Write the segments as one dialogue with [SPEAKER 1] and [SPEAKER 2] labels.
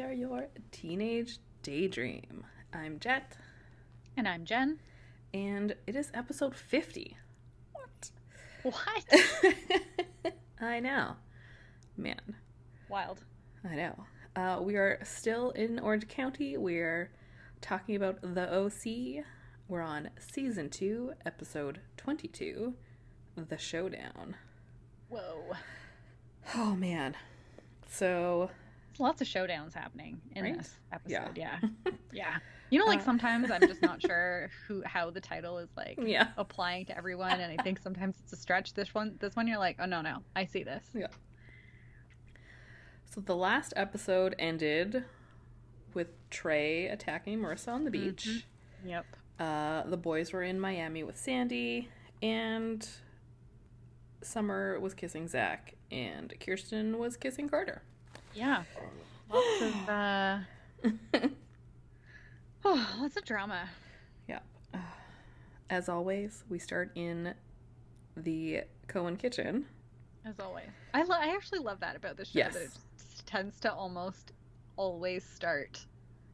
[SPEAKER 1] are your teenage daydream. I'm Jet,
[SPEAKER 2] And I'm Jen.
[SPEAKER 1] and it is episode 50. What?
[SPEAKER 2] What?
[SPEAKER 1] I know. Man,
[SPEAKER 2] Wild.
[SPEAKER 1] I know. Uh, we are still in Orange County. We're talking about the OC. We're on season 2, episode 22, The Showdown.
[SPEAKER 2] Whoa.
[SPEAKER 1] Oh, man. So,
[SPEAKER 2] There's lots of showdowns happening in
[SPEAKER 1] Right?
[SPEAKER 2] this episode. Yeah. Yeah. You know, like
[SPEAKER 1] Uh,
[SPEAKER 2] sometimes I'm just not sure who how the title is like
[SPEAKER 1] yeah.
[SPEAKER 2] applying to everyone and I think sometimes it's a stretch. This one this one you're like, oh no no, I see this.
[SPEAKER 1] So the last episode ended with Trey attacking Marissa on the
[SPEAKER 2] Mm-hmm.
[SPEAKER 1] beach.
[SPEAKER 2] Yep.
[SPEAKER 1] Uh, the boys were in Miami with Sandy, and Summer was kissing Zach, and Kirsten was kissing Carter.
[SPEAKER 2] Yeah. Lots of uh oh, lots of drama.
[SPEAKER 1] As always, we start in the Cohen kitchen.
[SPEAKER 2] As always, I lo- I actually love that about this show.
[SPEAKER 1] Yes.
[SPEAKER 2] That it s- tends to almost always start.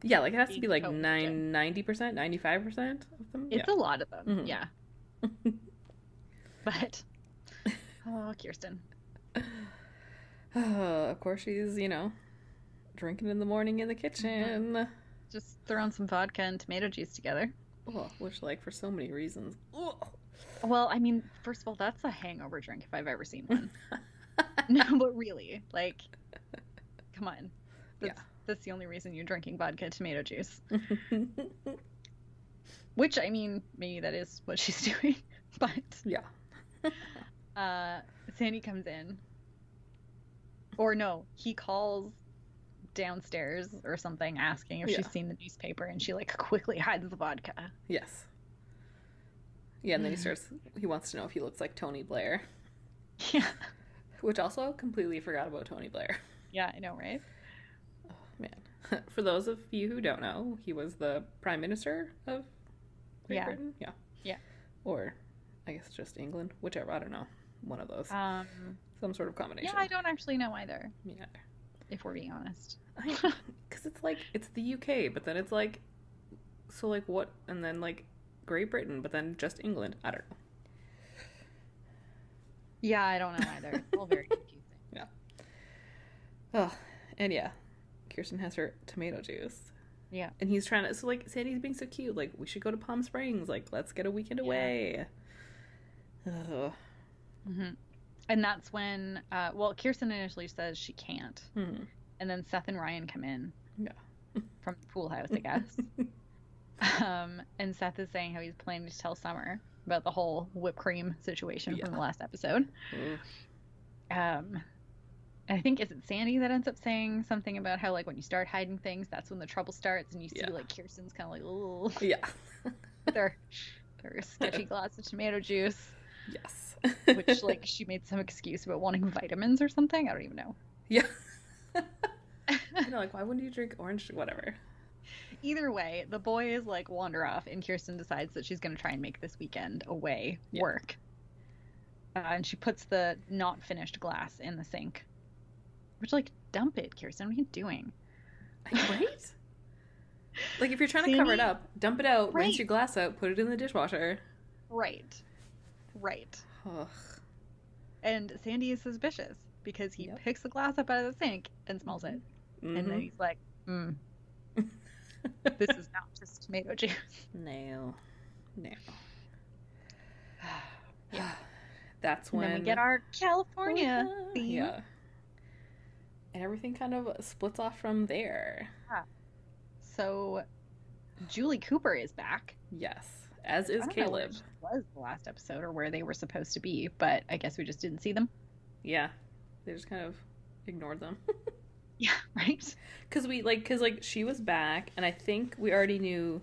[SPEAKER 1] Yeah, like it has to
[SPEAKER 2] The
[SPEAKER 1] be like
[SPEAKER 2] Cohen
[SPEAKER 1] nine, ninety percent, ninety-five percent of them.
[SPEAKER 2] It's a lot of them.
[SPEAKER 1] Mhm.
[SPEAKER 2] Yeah. Mm-hmm. but oh, Kirsten.
[SPEAKER 1] yeah. of course, she's you know drinking in the morning in the kitchen.
[SPEAKER 2] Mm-hmm. Just throwing some vodka and tomato juice together.
[SPEAKER 1] Ugh, which, like, for so many reasons. Ugh.
[SPEAKER 2] Well, I mean, first of all, that's a hangover drink if I've ever seen one. no, but really, like, come on. That's, that's the only reason you're drinking vodka and tomato juice. Which, I mean, maybe that is what she's doing. But
[SPEAKER 1] yeah.
[SPEAKER 2] uh, Sandy comes in. Or no, he calls downstairs or something asking if
[SPEAKER 1] Yeah.
[SPEAKER 2] she's seen the newspaper and she like quickly hides the vodka.
[SPEAKER 1] Yes. Yeah, and then he starts. He wants to know if he looks like Tony Blair,
[SPEAKER 2] Yeah.
[SPEAKER 1] which also completely forgot about Tony Blair.
[SPEAKER 2] Yeah, I know, right?
[SPEAKER 1] Man, for those of you who don't know, he was the prime minister of Great
[SPEAKER 2] Yeah.
[SPEAKER 1] Britain. Yeah.
[SPEAKER 2] Yeah.
[SPEAKER 1] Or, I guess just England, whichever. I don't know. One of those.
[SPEAKER 2] Um
[SPEAKER 1] Some sort of
[SPEAKER 2] Yeah,
[SPEAKER 1] combination.
[SPEAKER 2] I don't actually know either,
[SPEAKER 1] yeah.
[SPEAKER 2] if we're being honest.
[SPEAKER 1] because it's like it's the UK, but then it's like, so like what, and then like Great Britain, but then just England. I don't know.
[SPEAKER 2] Yeah, I don't know either. It's all very confusing.
[SPEAKER 1] Oh, and yeah, Kirsten has her tomato juice.
[SPEAKER 2] Yeah.
[SPEAKER 1] and he's trying to. So like Sandy's being so cute. Like we should go to Palm Springs. Like let's get a weekend
[SPEAKER 2] Yeah.
[SPEAKER 1] away. Ugh.
[SPEAKER 2] hmm And that's when uh well Kirsten initially says she can't.
[SPEAKER 1] Hmm.
[SPEAKER 2] and then Seth and Ryan come in.
[SPEAKER 1] Yeah.
[SPEAKER 2] From the pool house, I guess. um, and Seth is saying how he's planning to tell Summer about the whole whipped cream situation from the last episode.
[SPEAKER 1] Ugh.
[SPEAKER 2] Um, I think is it Sandy that ends up saying something about how like when you start hiding things, that's when the trouble starts, and you see
[SPEAKER 1] Yeah.
[SPEAKER 2] like Kirsten's kind of like, ooh,
[SPEAKER 1] Yeah.
[SPEAKER 2] their their sketchy glass of tomato juice,
[SPEAKER 1] Yes.
[SPEAKER 2] which like she made some excuse about wanting vitamins or something. I don't even know.
[SPEAKER 1] yeah. you know, like why wouldn't you drink orange? Whatever.
[SPEAKER 2] Either way, the boys like wander off, and Kirsten decides that she's going to try and make this weekend away
[SPEAKER 1] Yeah.
[SPEAKER 2] work. Uh, and she puts the not finished glass in the sink, which like dump it, Kirsten. What are you doing?
[SPEAKER 1] right? Like if you're trying to cover it
[SPEAKER 2] Sandy-
[SPEAKER 1] up, dump it out, rinse
[SPEAKER 2] Right.
[SPEAKER 1] your glass out, put it in the dishwasher.
[SPEAKER 2] Right, right.
[SPEAKER 1] Ugh.
[SPEAKER 2] And Sandy is suspicious because he
[SPEAKER 1] Yep.
[SPEAKER 2] picks the glass up out of the sink and smells it, and then
[SPEAKER 1] Mhm.
[SPEAKER 2] he's like, mm, "This is not just tomato juice."
[SPEAKER 1] no, no.
[SPEAKER 2] Yeah.
[SPEAKER 1] That's
[SPEAKER 2] And
[SPEAKER 1] when
[SPEAKER 2] then we get our California theme.
[SPEAKER 1] Yeah. And everything kind of splits off from there.
[SPEAKER 2] So Julie Cooper is back.
[SPEAKER 1] Yes, as is
[SPEAKER 2] I don't know where
[SPEAKER 1] Caleb.
[SPEAKER 2] she was the last episode or where they were supposed to be, but I guess we just didn't see them.
[SPEAKER 1] Yeah, they just kind of ignored them.
[SPEAKER 2] Yeah, right.
[SPEAKER 1] Cause we like, cause like she was back, and I think we already knew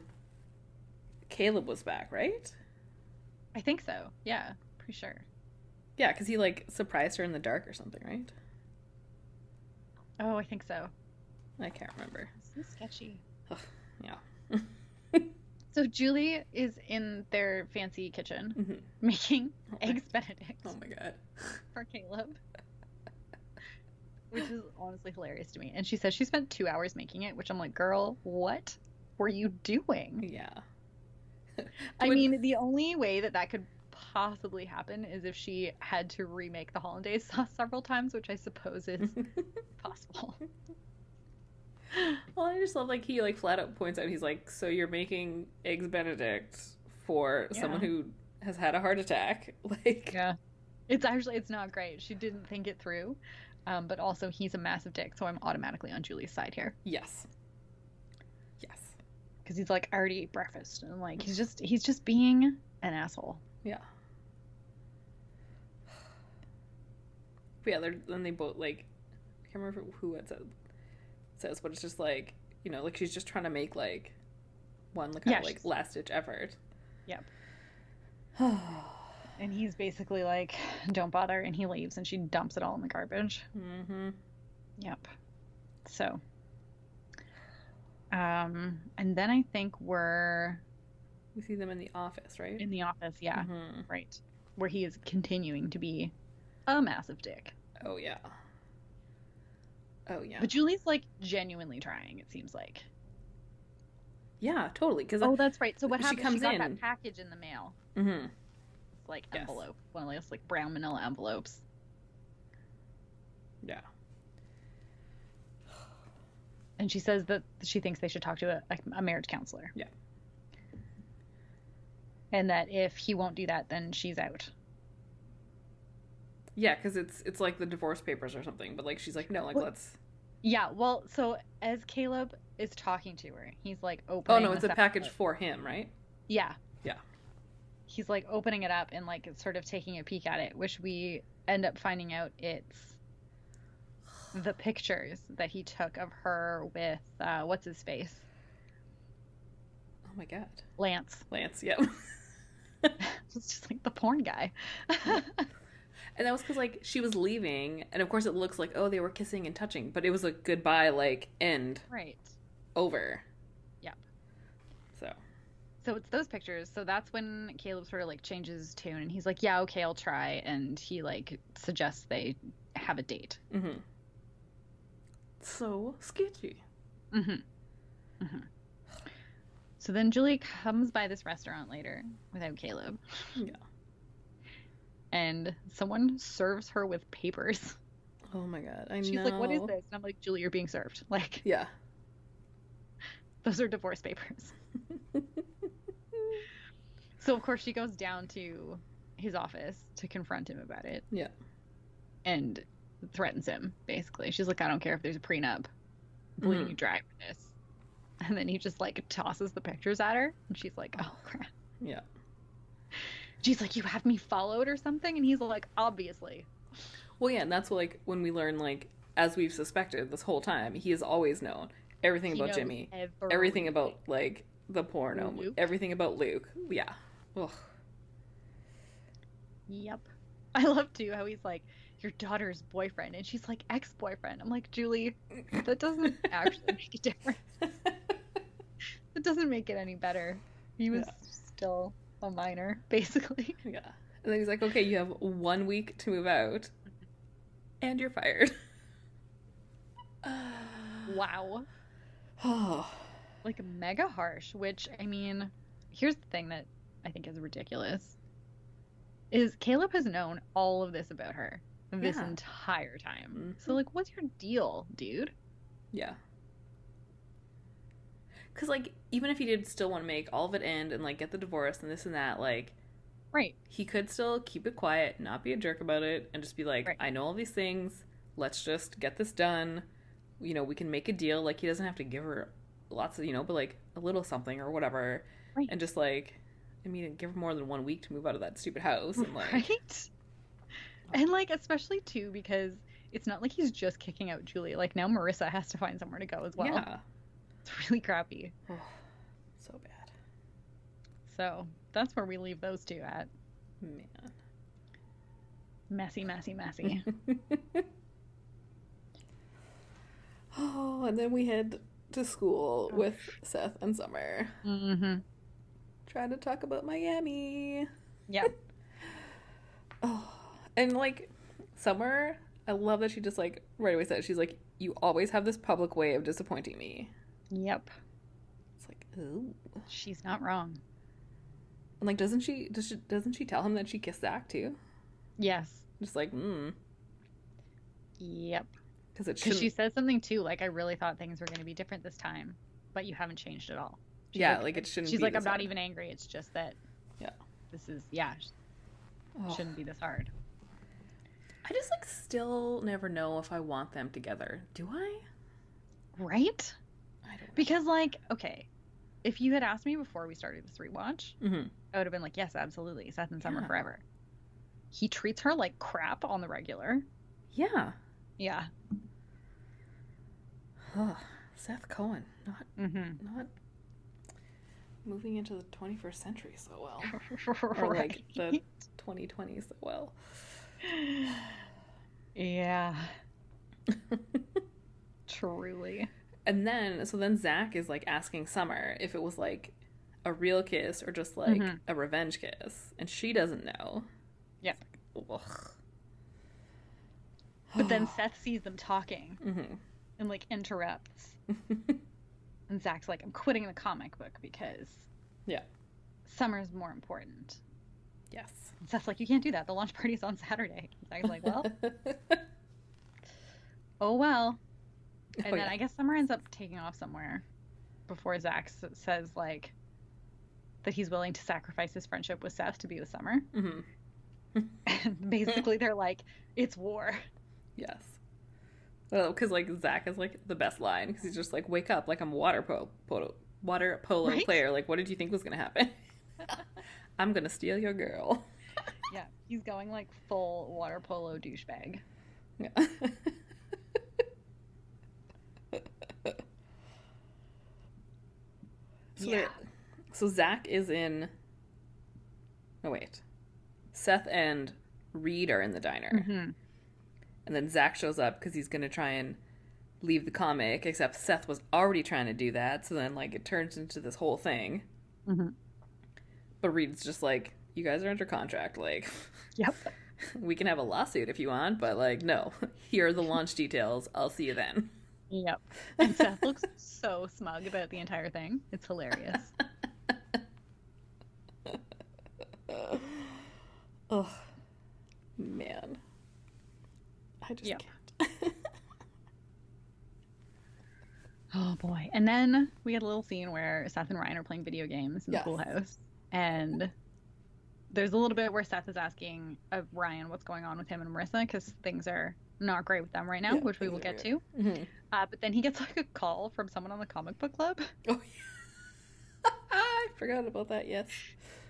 [SPEAKER 1] Caleb was back, right?
[SPEAKER 2] I think so. Yeah, pretty sure.
[SPEAKER 1] Yeah, because he like surprised her in the dark or something, right?
[SPEAKER 2] Oh, I think so.
[SPEAKER 1] I can't remember.
[SPEAKER 2] So sketchy.
[SPEAKER 1] Ugh, yeah.
[SPEAKER 2] So Julie is in their fancy kitchen
[SPEAKER 1] Mhm.
[SPEAKER 2] making
[SPEAKER 1] Oh my-
[SPEAKER 2] eggs Benedict
[SPEAKER 1] Oh my god.
[SPEAKER 2] for Caleb. which is honestly hilarious to me. And she says she spent two hours making it, which I'm like, girl, what were you doing?
[SPEAKER 1] Yeah.
[SPEAKER 2] I
[SPEAKER 1] Would-
[SPEAKER 2] mean, the only way that that could possibly happen is if she had to remake the hollandaise sauce several times, which I suppose is possible.
[SPEAKER 1] Well, I just love like he like flat out points out he's like, so you're making eggs Benedict for someone
[SPEAKER 2] Yeah.
[SPEAKER 1] who has had a heart attack, like
[SPEAKER 2] Yeah. It's actually it's not great. She didn't think it through. Um, but also he's a massive dick, so I'm automatically on Julie's side here.
[SPEAKER 1] yes, yes,
[SPEAKER 2] Because he's like, I already ate breakfast. And like he's just he's just being an asshole.
[SPEAKER 1] yeah. But yeah, they're, then they both like I can't remember who it says, says, but it's just like you know like she's just trying to make like one like, kind
[SPEAKER 2] Yeah,
[SPEAKER 1] of, like
[SPEAKER 2] she's-
[SPEAKER 1] last ditch effort.
[SPEAKER 2] Yep.
[SPEAKER 1] mm-hmm.
[SPEAKER 2] And he's basically like, Don't bother and he leaves and she dumps it all in the garbage. Yep. So um and then I think we're
[SPEAKER 1] We see them in the office, right?
[SPEAKER 2] in the office, yeah.
[SPEAKER 1] Mhm.
[SPEAKER 2] Right. Where he is continuing to be a massive dick.
[SPEAKER 1] Oh yeah. Oh yeah.
[SPEAKER 2] But Julie's like genuinely trying, it seems like.
[SPEAKER 1] yeah, totally. Because
[SPEAKER 2] Oh, that's right. So what
[SPEAKER 1] She
[SPEAKER 2] happened? She,
[SPEAKER 1] comes
[SPEAKER 2] got
[SPEAKER 1] in.
[SPEAKER 2] that package in the mail.
[SPEAKER 1] Mm-hmm.
[SPEAKER 2] It's like
[SPEAKER 1] Yes.
[SPEAKER 2] envelope, one of those like brown manila envelopes.
[SPEAKER 1] yeah,
[SPEAKER 2] And she says that she thinks they should talk to a, a marriage counselor.
[SPEAKER 1] Yeah.
[SPEAKER 2] And that if he won't do that, then she's out.
[SPEAKER 1] yeah. Because it's it's like the divorce papers or something. But like she's like, no, like
[SPEAKER 2] Well,
[SPEAKER 1] let's. oh,
[SPEAKER 2] Yeah. Well, so as Caleb is talking to her, he's like
[SPEAKER 1] Oh
[SPEAKER 2] opening.
[SPEAKER 1] no, it's a
[SPEAKER 2] this
[SPEAKER 1] package
[SPEAKER 2] envelope.
[SPEAKER 1] for him, right?
[SPEAKER 2] Yeah.
[SPEAKER 1] Yeah.
[SPEAKER 2] He's like opening it up and like sort of taking a peek at it, which we end up finding out it's the pictures that he took of her with uh, what's his face
[SPEAKER 1] Oh my god,
[SPEAKER 2] Lance.
[SPEAKER 1] Lance. Yeah,
[SPEAKER 2] it's just like the porn guy.
[SPEAKER 1] and that was because like she was leaving, and of course it looks like oh they were kissing and touching, but it was a goodbye like end
[SPEAKER 2] right.
[SPEAKER 1] over.
[SPEAKER 2] Yep.
[SPEAKER 1] So
[SPEAKER 2] So it's those pictures. So that's when Caleb sort of like changes his tune and he's like, "Yeah, okay, I'll try." And he like suggests they have a date.
[SPEAKER 1] hmm so sketchy.
[SPEAKER 2] hmm hmm So then Julie comes by this restaurant later without Caleb.
[SPEAKER 1] Yeah.
[SPEAKER 2] And someone serves her with papers.
[SPEAKER 1] Oh my god, I
[SPEAKER 2] She's
[SPEAKER 1] know.
[SPEAKER 2] like, "What is this?" And I'm like, "Julie, you're being served. Like,
[SPEAKER 1] Yeah.
[SPEAKER 2] those are divorce papers." So of course she goes down to his office to confront him about it.
[SPEAKER 1] Yeah.
[SPEAKER 2] And threatens him basically. She's like, "I don't care if there's a prenup. I'm bleeding
[SPEAKER 1] Hmm.
[SPEAKER 2] you dry for this." And then he just like tosses the pictures at her, and she's like, "Oh crap."
[SPEAKER 1] yeah.
[SPEAKER 2] She's like, "You have me followed or something?" And he's like, "Obviously."
[SPEAKER 1] Well, yeah, and that's what, like when we learn, like as we've suspected this whole time, he has always known everything
[SPEAKER 2] He
[SPEAKER 1] about
[SPEAKER 2] knows
[SPEAKER 1] Jimmy,
[SPEAKER 2] every-
[SPEAKER 1] everything about like the porno,
[SPEAKER 2] Luke.
[SPEAKER 1] everything about Luke. Yeah. Ugh.
[SPEAKER 2] Yep. I love too how he's like, "Your daughter's boyfriend," and she's like, "Ex-boyfriend." I'm like, "Julie, that doesn't actually make a difference." It doesn't make it any better. He was
[SPEAKER 1] Yeah.
[SPEAKER 2] still a minor, basically.
[SPEAKER 1] yeah. And then he's like, "Okay, you have one week to move out, and you're fired."
[SPEAKER 2] Wow.
[SPEAKER 1] Oh.
[SPEAKER 2] Like mega harsh, which I mean, here's the thing that I think is ridiculous. Is Caleb has known all of this about her this
[SPEAKER 1] Yeah.
[SPEAKER 2] entire time.
[SPEAKER 1] Mhm.
[SPEAKER 2] So like what's your deal, dude?
[SPEAKER 1] Yeah. Cause like even if he did still want to make all of it end and like get the divorce and this and that, like
[SPEAKER 2] Right.
[SPEAKER 1] he could still keep it quiet, not be a jerk about it, and just be like,
[SPEAKER 2] Right.
[SPEAKER 1] I know all these things. Let's just get this done. You know, we can make a deal. Like, he doesn't have to give her lots of, you know, but like a little something or whatever.
[SPEAKER 2] Right.
[SPEAKER 1] And just like, I mean, give her more than one week to move out of that stupid house. And like,
[SPEAKER 2] Right? And like especially too because it's not like he's just kicking out Julie. Like now Marissa has to find somewhere to go as well.
[SPEAKER 1] yeah.
[SPEAKER 2] It's really crappy.
[SPEAKER 1] Oh, so bad.
[SPEAKER 2] So that's where we leave those two at.
[SPEAKER 1] Man.
[SPEAKER 2] Messy, messy, messy.
[SPEAKER 1] Oh, and then we head to
[SPEAKER 2] Oh,
[SPEAKER 1] school with Seth and Summer.
[SPEAKER 2] mm-hmm.
[SPEAKER 1] Trying to talk about Miami.
[SPEAKER 2] Yeah.
[SPEAKER 1] Oh, and like Summer I love that she just like right away said she's like, "You always have this public way of disappointing me."
[SPEAKER 2] Yep.
[SPEAKER 1] It's like, ooh,
[SPEAKER 2] She's not wrong.
[SPEAKER 1] and like doesn't she does she doesn't she tell him that she kissed Zach too?
[SPEAKER 2] Yes.
[SPEAKER 1] Just like, mm,
[SPEAKER 2] Yep.
[SPEAKER 1] because it
[SPEAKER 2] Because
[SPEAKER 1] shouldn't.
[SPEAKER 2] she said something too, like I really thought things were going to be different this time, but you haven't changed at all. She's
[SPEAKER 1] yeah,
[SPEAKER 2] like-
[SPEAKER 1] like, it shouldn't.
[SPEAKER 2] She's
[SPEAKER 1] be
[SPEAKER 2] like,
[SPEAKER 1] this
[SPEAKER 2] I'm not
[SPEAKER 1] hard."
[SPEAKER 2] even angry. It's just that.
[SPEAKER 1] Yeah.
[SPEAKER 2] This is yeah. sh-
[SPEAKER 1] Ugh.
[SPEAKER 2] Shouldn't be this hard.
[SPEAKER 1] I just like still never know if I want them together. Do I?
[SPEAKER 2] Right?
[SPEAKER 1] I don't.
[SPEAKER 2] Because like okay, if you had asked me before we started this rewatch,
[SPEAKER 1] Mm-hmm.
[SPEAKER 2] I would have been like, yes, absolutely, Seth and Summer
[SPEAKER 1] Yeah.
[SPEAKER 2] forever. He treats her like crap on the regular.
[SPEAKER 1] Yeah.
[SPEAKER 2] Yeah.
[SPEAKER 1] Ugh. Seth Cohen not
[SPEAKER 2] Mm-hmm.
[SPEAKER 1] not moving into the 21st century so well, or like the 2020s so well.
[SPEAKER 2] Yeah. Truly.
[SPEAKER 1] And then, so then Zach is like asking Summer if it was like a real kiss or just like
[SPEAKER 2] Mhm.
[SPEAKER 1] a revenge kiss, and she doesn't know.
[SPEAKER 2] Yeah.
[SPEAKER 1] Ugh.
[SPEAKER 2] But
[SPEAKER 1] Oh.
[SPEAKER 2] then Mm-hmm. Seth sees them talking
[SPEAKER 1] Mhm.
[SPEAKER 2] and like interrupts. and Zach's like, I'm quitting the comic book because
[SPEAKER 1] Yeah.
[SPEAKER 2] Summer's more important.
[SPEAKER 1] yes.
[SPEAKER 2] And Seth's like, You can't do that. The launch party's on Saturday. And Zach's like, Well, oh well. And
[SPEAKER 1] Oh,
[SPEAKER 2] then
[SPEAKER 1] yeah.
[SPEAKER 2] I guess Summer ends up taking off somewhere before Zach s- says like that he's willing to sacrifice his friendship with Seth to be with Summer.
[SPEAKER 1] Mhm.
[SPEAKER 2] And basically they're like, It's war.
[SPEAKER 1] Yes. Well, because like Zach is like the best line because he's just like, "Wake up! Like I'm a water polo, polo water polo
[SPEAKER 2] Right?
[SPEAKER 1] player. Like, what did you think was gonna happen? I'm gonna steal your girl."
[SPEAKER 2] Yeah. He's going like full water polo douchebag.
[SPEAKER 1] Yeah. so
[SPEAKER 2] Yeah.
[SPEAKER 1] they're- So Zach is in. No wait, Seth and Reed are in the diner.
[SPEAKER 2] Mm-hmm.
[SPEAKER 1] And then Zach shows up because he's going to try and leave the comic, except Seth was already trying to do that. So then, like, it turns into this whole thing.
[SPEAKER 2] Mhm.
[SPEAKER 1] But Reed's just like, you guys are under contract. Like,
[SPEAKER 2] Yep.
[SPEAKER 1] we can have a lawsuit if you want, but, like, no. Here are the launch details. I'll see you then.
[SPEAKER 2] Yep. And Seth looks so smug about the entire thing. It's hilarious.
[SPEAKER 1] Ugh. Man. I just
[SPEAKER 2] Yeah.
[SPEAKER 1] can't.
[SPEAKER 2] Oh boy. And then we had a little scene where Seth and Ryan are playing video games in
[SPEAKER 1] Yes.
[SPEAKER 2] the poolhouse. And there's a little bit where Seth is asking of Ryan what's going on with him and Marissa because things are not great with them right now,
[SPEAKER 1] Yeah,
[SPEAKER 2] which we
[SPEAKER 1] things
[SPEAKER 2] will
[SPEAKER 1] are
[SPEAKER 2] get
[SPEAKER 1] weird.
[SPEAKER 2] to. Uh, but then he gets like a call from someone on the comic book club.
[SPEAKER 1] Oh, yeah. I forgot about that, yes.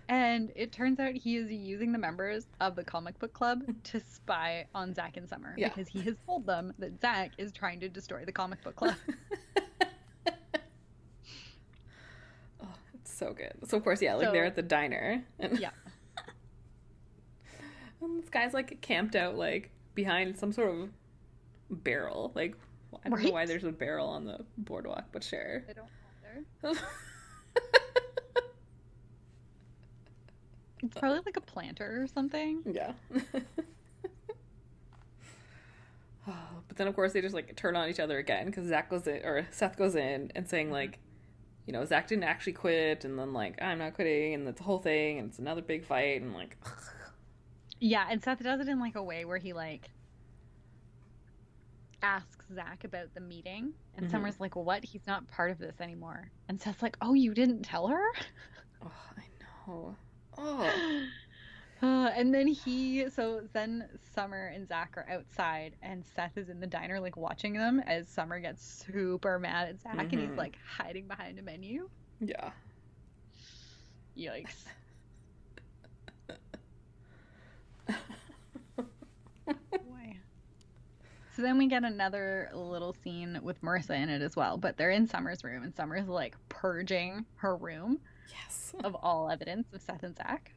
[SPEAKER 2] And it turns out he is using the members of the comic book club to spy on Zack and Summer
[SPEAKER 1] Yeah.
[SPEAKER 2] because he has told them that Zack is trying to destroy the comic book club.
[SPEAKER 1] Oh, it's so good. So of course, yeah, like they're
[SPEAKER 2] So-
[SPEAKER 1] at the diner, and
[SPEAKER 2] Yeah.
[SPEAKER 1] and this guy's like camped out like behind some sort of barrel. Like I don't know why
[SPEAKER 2] Right?
[SPEAKER 1] there's a barrel on the boardwalk, but sure.
[SPEAKER 2] I don't wonder. It's probably like a planter or something.
[SPEAKER 1] yeah. Oh, But then, of course, they just like turn on each other again because Zach goes in or Seth goes in and saying like, you know, Zach didn't actually quit, and then like I'm not quitting, and it's a whole thing, and it's another big fight, and like,
[SPEAKER 2] Yeah, and Seth does it in like a way where he like asks Zach about the meeting, and
[SPEAKER 1] Mhm.
[SPEAKER 2] Summer's like, "What? He's not part of this anymore." And Seth's like, "Oh, you didn't tell her?"
[SPEAKER 1] Oh, I know. Oh,
[SPEAKER 2] Uh, and then he, so then Summer and Zach are outside, and Seth is in the diner, like watching them as Summer gets super mad at Zach, and
[SPEAKER 1] Mhm.
[SPEAKER 2] he's like hiding behind a menu.
[SPEAKER 1] yeah.
[SPEAKER 2] Yikes. Boy. So then we get another little scene with Marissa in it as well, but they're in Summer's room, and Summer's like purging her room
[SPEAKER 1] Yes.
[SPEAKER 2] of all evidence of Seth and Zach.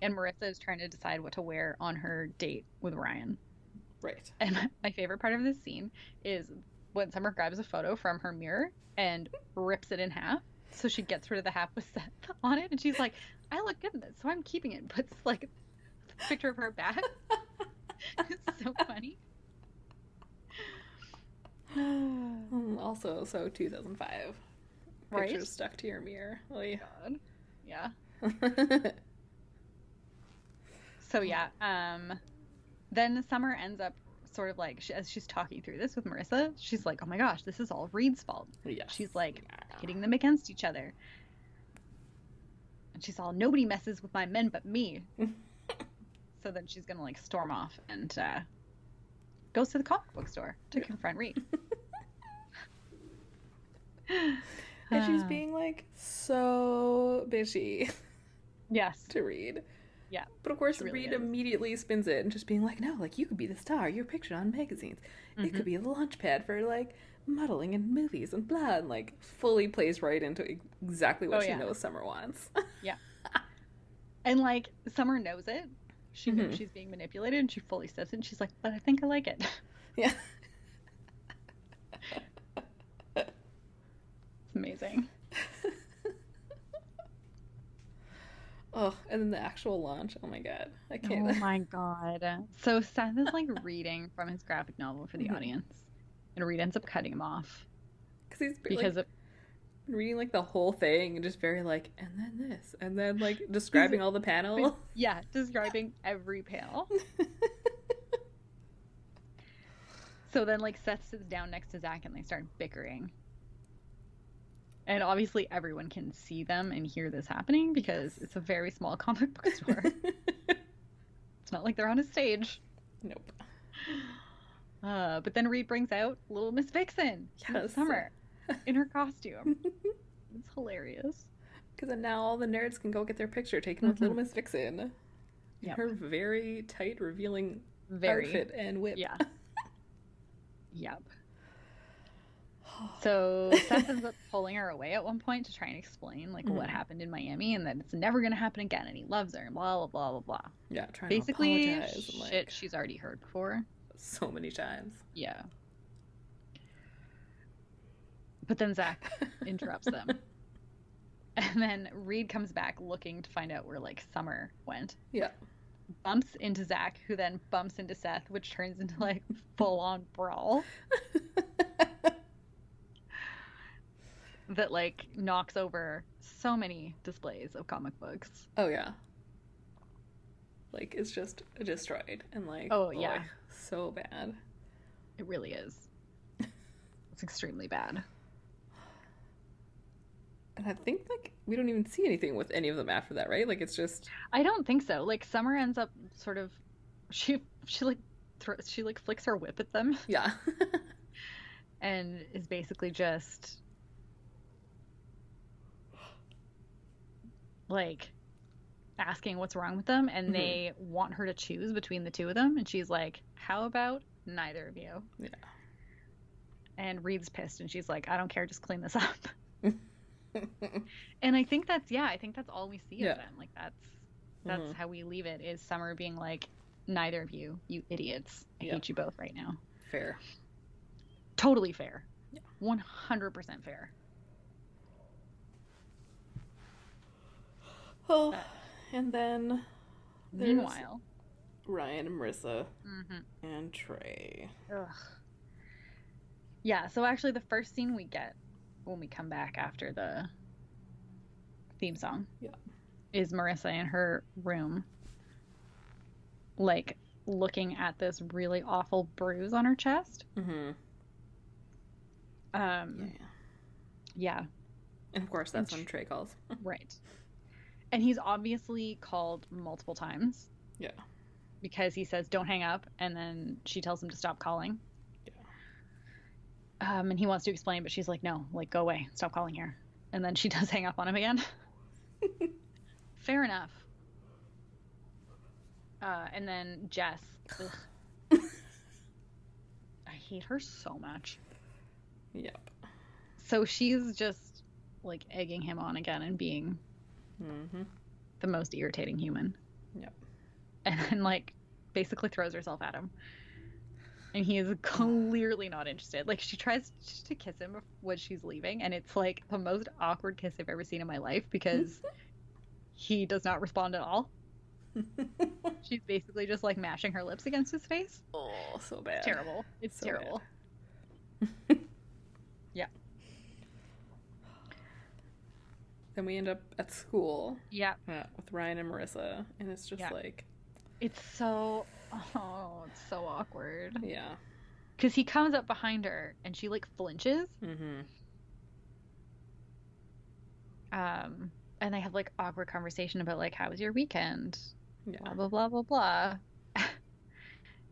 [SPEAKER 2] And Marissa is trying to decide what to wear on her date with Ryan.
[SPEAKER 1] right.
[SPEAKER 2] And my, my favorite part of this scene is when Summer grabs a photo from her mirror and rips it in half. So she gets rid of the half with Seth on it, and she's like, "I look good in this, so I'm keeping it." Puts like a picture of her back. it's so funny. God.
[SPEAKER 1] Mm, Also, so 2005.
[SPEAKER 2] Right?
[SPEAKER 1] Pictures stuck to your mirror. Oh, Oy.
[SPEAKER 2] Yeah. So yeah. Um, then Summer ends up sort of like she, as she's talking through this with Marissa, she's like, "Oh my gosh, this is all Reed's fault.
[SPEAKER 1] yes.
[SPEAKER 2] She's like Hitting them against each other." And she's all, "Nobody messes with my men but me." so then she's gonna like storm off and uh, goes to the comic book store to confront Reed.
[SPEAKER 1] And she's
[SPEAKER 2] Ah.
[SPEAKER 1] being like so bitchy
[SPEAKER 2] yes.
[SPEAKER 1] to Reed.
[SPEAKER 2] Yeah,
[SPEAKER 1] But of course,
[SPEAKER 2] she really
[SPEAKER 1] Reed
[SPEAKER 2] is.
[SPEAKER 1] immediately spins it and just being like, no, like you could be the star. You're pictured on magazines. It
[SPEAKER 2] Mm-hmm.
[SPEAKER 1] could be the launch pad for like modeling and movies and blah. And like fully plays right into e- exactly what
[SPEAKER 2] Oh,
[SPEAKER 1] she
[SPEAKER 2] yeah.
[SPEAKER 1] knows Summer wants.
[SPEAKER 2] And like Summer knows it. She knows
[SPEAKER 1] Mhm.
[SPEAKER 2] she's being manipulated and she fully says it and she's like, But I think I like it.
[SPEAKER 1] yeah.
[SPEAKER 2] It's amazing.
[SPEAKER 1] Oh, and then the actual launch. Oh my god. I can't.
[SPEAKER 2] my god. So Seth is like reading from his graphic novel for the
[SPEAKER 1] Mhm.
[SPEAKER 2] audience. And Reed ends up cutting him off.
[SPEAKER 1] Because he's like,
[SPEAKER 2] Because of
[SPEAKER 1] reading like the whole thing and just very like, and then this, and then like describing all the panel.
[SPEAKER 2] yeah, describing every panel. So then like Seth sits down next to Zach and they start bickering. And obviously everyone can see them and hear this happening because it's a very small comic book store. it's not like they're on a stage.
[SPEAKER 1] nope.
[SPEAKER 2] Uh, but then Reed brings out little Miss Vixen in the
[SPEAKER 1] Yes.
[SPEAKER 2] summer in her costume. it's hilarious.
[SPEAKER 1] Because then now all the nerds can go get their picture taken
[SPEAKER 2] Mhm.
[SPEAKER 1] with Little Miss Vixen. in
[SPEAKER 2] Yep.
[SPEAKER 1] Her very tight, revealing
[SPEAKER 2] Very.
[SPEAKER 1] outfit and whip.
[SPEAKER 2] Yeah. yep. So Seth ends up pulling her away at one point to try and explain like what
[SPEAKER 1] Mhm.
[SPEAKER 2] happened in Miami and that it's never gonna happen again and he loves her and blah blah blah blah blah.
[SPEAKER 1] yeah, trying to
[SPEAKER 2] Basically,
[SPEAKER 1] apologize. and,
[SPEAKER 2] shit
[SPEAKER 1] like,
[SPEAKER 2] she's already heard before.
[SPEAKER 1] so many times.
[SPEAKER 2] Yeah. But then Zach interrupts them. And then Reed comes back looking to find out where like Summer went.
[SPEAKER 1] Yeah.
[SPEAKER 2] Bumps into Zach, who then bumps into Seth, which turns into like full on brawl that like knocks over so many displays of comic books.
[SPEAKER 1] oh yeah. Like it's just destroyed and like
[SPEAKER 2] Oh, yeah.
[SPEAKER 1] so bad.
[SPEAKER 2] It really is. It's extremely bad.
[SPEAKER 1] And I think like we don't even see anything with any of them after that, right? Like it's just
[SPEAKER 2] I don't think so. Like Summer ends up sort of she she like thro she like flicks her whip at them
[SPEAKER 1] yeah.
[SPEAKER 2] and is basically just like asking what's wrong with them and
[SPEAKER 1] Mhm.
[SPEAKER 2] they want her to choose between the two of them and she's like how about neither of you
[SPEAKER 1] Yeah.
[SPEAKER 2] and reed's pissed and she's like i don't care just clean this up and i think that's yeah i think that's all we see
[SPEAKER 1] Yeah.
[SPEAKER 2] of them like that's that's
[SPEAKER 1] Mhm.
[SPEAKER 2] how we leave it is summer being like neither of you you idiots i
[SPEAKER 1] Yeah.
[SPEAKER 2] hate you both right now
[SPEAKER 1] fair.
[SPEAKER 2] totally fair. One hundred percent fair.
[SPEAKER 1] Oh, and then There's-
[SPEAKER 2] Meanwhile,
[SPEAKER 1] Ryan and Marissa
[SPEAKER 2] Mhm.
[SPEAKER 1] and Trey.
[SPEAKER 2] Ugh. yeah. So actually, the first scene we get when we come back after the theme song,
[SPEAKER 1] Yeah.
[SPEAKER 2] is Marissa in her room, like looking at this really awful bruise on her chest.
[SPEAKER 1] Mm-hmm. Yeah.
[SPEAKER 2] Um, yeah.
[SPEAKER 1] And of course, that's when Trey calls.
[SPEAKER 2] Right. And he's obviously called multiple times.
[SPEAKER 1] Yeah.
[SPEAKER 2] Because he says, don't hang up. And then she tells him to stop calling.
[SPEAKER 1] Yeah.
[SPEAKER 2] Um, and he wants to explain, but she's like, no, like, go away. Stop calling here. And then she does hang up on him again. Fair enough. Uh, and then Jess. Ugh. I hate her so much.
[SPEAKER 1] Yep.
[SPEAKER 2] So she's just like egging him on again and being
[SPEAKER 1] Mm-hmm.
[SPEAKER 2] the most irritating human.
[SPEAKER 1] Yep.
[SPEAKER 2] And then like basically throws herself at him. And he is clearly not interested. Like she tries to kiss him when she's leaving and it's like the most awkward kiss I've ever seen in my life because he does not respond at all. She's basically just like mashing her lips against his face.
[SPEAKER 1] oh, so bad.
[SPEAKER 2] Terrible. It's
[SPEAKER 1] So bad.
[SPEAKER 2] terrible.
[SPEAKER 1] Then we end up at school
[SPEAKER 2] Yeah.
[SPEAKER 1] uh, with Ryan and Marissa, and it's just
[SPEAKER 2] Yeah.
[SPEAKER 1] like,
[SPEAKER 2] It's so oh, it's so awkward.
[SPEAKER 1] yeah,
[SPEAKER 2] Cuz he comes up behind her and she like flinches.
[SPEAKER 1] mm-hmm.
[SPEAKER 2] Um and they have like awkward conversation about like how was your weekend?
[SPEAKER 1] yeah,
[SPEAKER 2] Blah blah blah blah blah.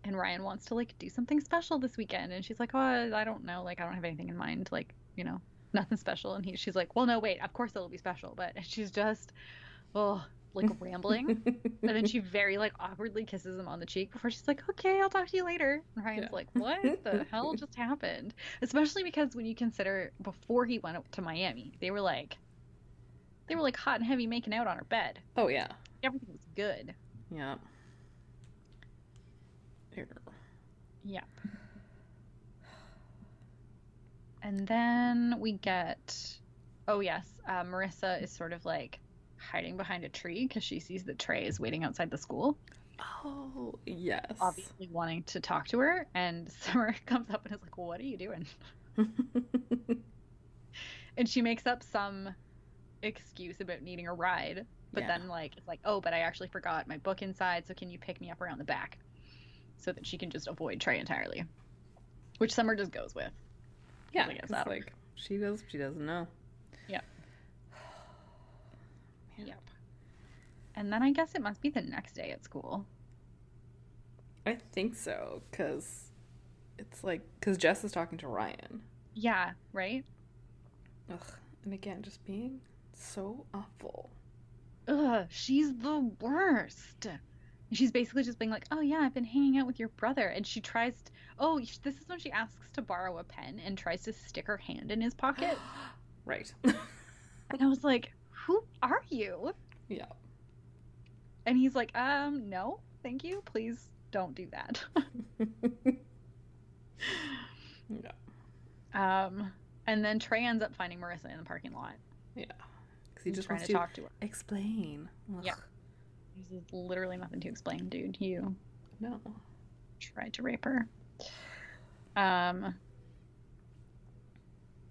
[SPEAKER 2] and Ryan wants to like do something special this weekend and she's like, "Oh, I don't know. Like I don't have anything in mind. Like, you know, nothing special." And he she's like, "Well, no, wait. Of course it'll be special." But she's just oh, like rambling. And then she very like awkwardly kisses him on the cheek before she's like, "Okay, I'll talk to you later." And Ryan's
[SPEAKER 1] Yeah.
[SPEAKER 2] like, "What the hell just happened?" Especially because when you consider before he went up to Miami, they were like, they were like hot and heavy making out on her bed.
[SPEAKER 1] oh yeah,
[SPEAKER 2] Everything was good.
[SPEAKER 1] yeah. Here.
[SPEAKER 2] Yep. And then we get, oh yes, uh, Marissa is sort of like hiding behind a tree because she sees that Trey is waiting outside the school.
[SPEAKER 1] Oh yes,
[SPEAKER 2] obviously wanting to talk to her and summer comes up and is like what are you doing and she makes up some excuse about needing a ride but
[SPEAKER 1] Yeah.
[SPEAKER 2] then like it's like oh but i actually forgot my book inside so can you pick me up around the back so that she can just avoid trey entirely which summer just goes with
[SPEAKER 1] yeah.
[SPEAKER 2] I guess
[SPEAKER 1] It's
[SPEAKER 2] I don't-
[SPEAKER 1] like she does, she doesn't know.
[SPEAKER 2] Yep.
[SPEAKER 1] Man.
[SPEAKER 2] yep and then i guess it must be the next day at school
[SPEAKER 1] I think so, cause it's like cause Jess is talking to Ryan.
[SPEAKER 2] yeah right
[SPEAKER 1] Ugh, and again, just being so awful.
[SPEAKER 2] Ugh, she's the worst. And She's basically just being like, "Oh yeah, I've been hanging out with your brother," and she tries. To, oh, this is when she asks to borrow a pen and tries to stick her hand in his pocket.
[SPEAKER 1] Right.
[SPEAKER 2] And I was like, "Who are you?"
[SPEAKER 1] yeah.
[SPEAKER 2] And he's like, "Um, no, thank you. Please don't do that."
[SPEAKER 1] yeah.
[SPEAKER 2] um, and then Trey ends up finding Marissa in the parking lot.
[SPEAKER 1] Because he
[SPEAKER 2] and
[SPEAKER 1] just
[SPEAKER 2] trying
[SPEAKER 1] wants
[SPEAKER 2] to,
[SPEAKER 1] to,
[SPEAKER 2] talk to her.
[SPEAKER 1] explain. Ugh,
[SPEAKER 2] Yeah. There's literally nothing to explain, dude. You
[SPEAKER 1] No.
[SPEAKER 2] tried to rape her. Um,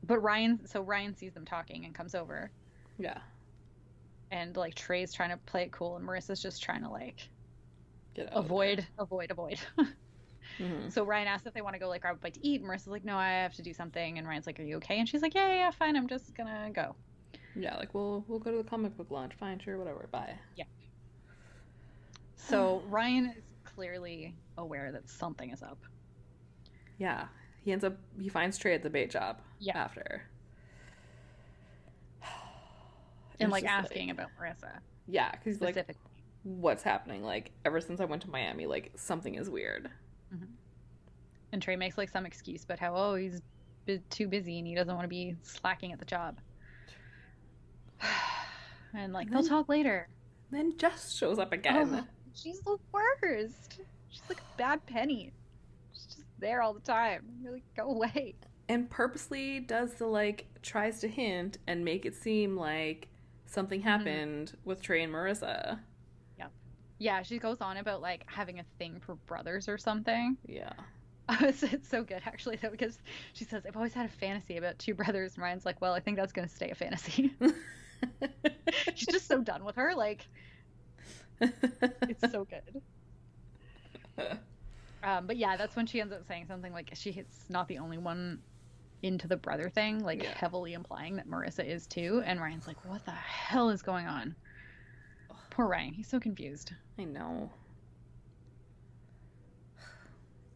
[SPEAKER 2] but Ryan, so Ryan sees them talking and comes over,
[SPEAKER 1] Yeah.
[SPEAKER 2] and like Trey's trying to play it cool, and Marissa's just trying to like
[SPEAKER 1] Get out.
[SPEAKER 2] avoid, avoid, avoid.
[SPEAKER 1] Mm-hmm. Mhm.
[SPEAKER 2] so Ryan asks if they want to go like grab a bite to eat. and Marissa's like, no, I have to do something, and Ryan's like, are you okay? And she's like, yeah, yeah, yeah, fine, I'm just gonna go.
[SPEAKER 1] Yeah, like we'll we'll go to the comic book launch. Fine, sure, whatever. Bye.
[SPEAKER 2] So Ryan is clearly aware that something is up.
[SPEAKER 1] Yeah. He ends up he finds Trey at the bait job.
[SPEAKER 2] Yeah.
[SPEAKER 1] After.
[SPEAKER 2] And
[SPEAKER 1] It's
[SPEAKER 2] like
[SPEAKER 1] just
[SPEAKER 2] asking about Marissa
[SPEAKER 1] yeah, because he's like,
[SPEAKER 2] specifically.
[SPEAKER 1] what's happening? Like, ever since I went to Miami, like something is weird.
[SPEAKER 2] And Trey makes like some excuse about how oh he's bu- too busy and he doesn't want to be slacking at the job. and like they'll
[SPEAKER 1] Then-
[SPEAKER 2] talk later.
[SPEAKER 1] Then Jess shows up again.
[SPEAKER 2] Oh, she's the worst. She's like a bad penny. She's just there all the time. You're like go away.
[SPEAKER 1] and purposely does the like tries to hint and make it seem like something
[SPEAKER 2] Mm-hmm.
[SPEAKER 1] happened with Trey and Marissa.
[SPEAKER 2] Yeah, she goes on about like having a thing for brothers or something.
[SPEAKER 1] Yeah.
[SPEAKER 2] it's, it's so good actually though because she says I've always had a fantasy about two brothers. And Ryan's like, well, I think that's gonna stay a fantasy. She's just so done with her. Like it's so good. Um, but yeah, that's when she ends up saying something like she's not the only one into the brother thing, like
[SPEAKER 1] Yeah.
[SPEAKER 2] heavily implying that Marissa is too. And Ryan's like, what the hell is going on? Poor Ryan, he's so confused.
[SPEAKER 1] I know.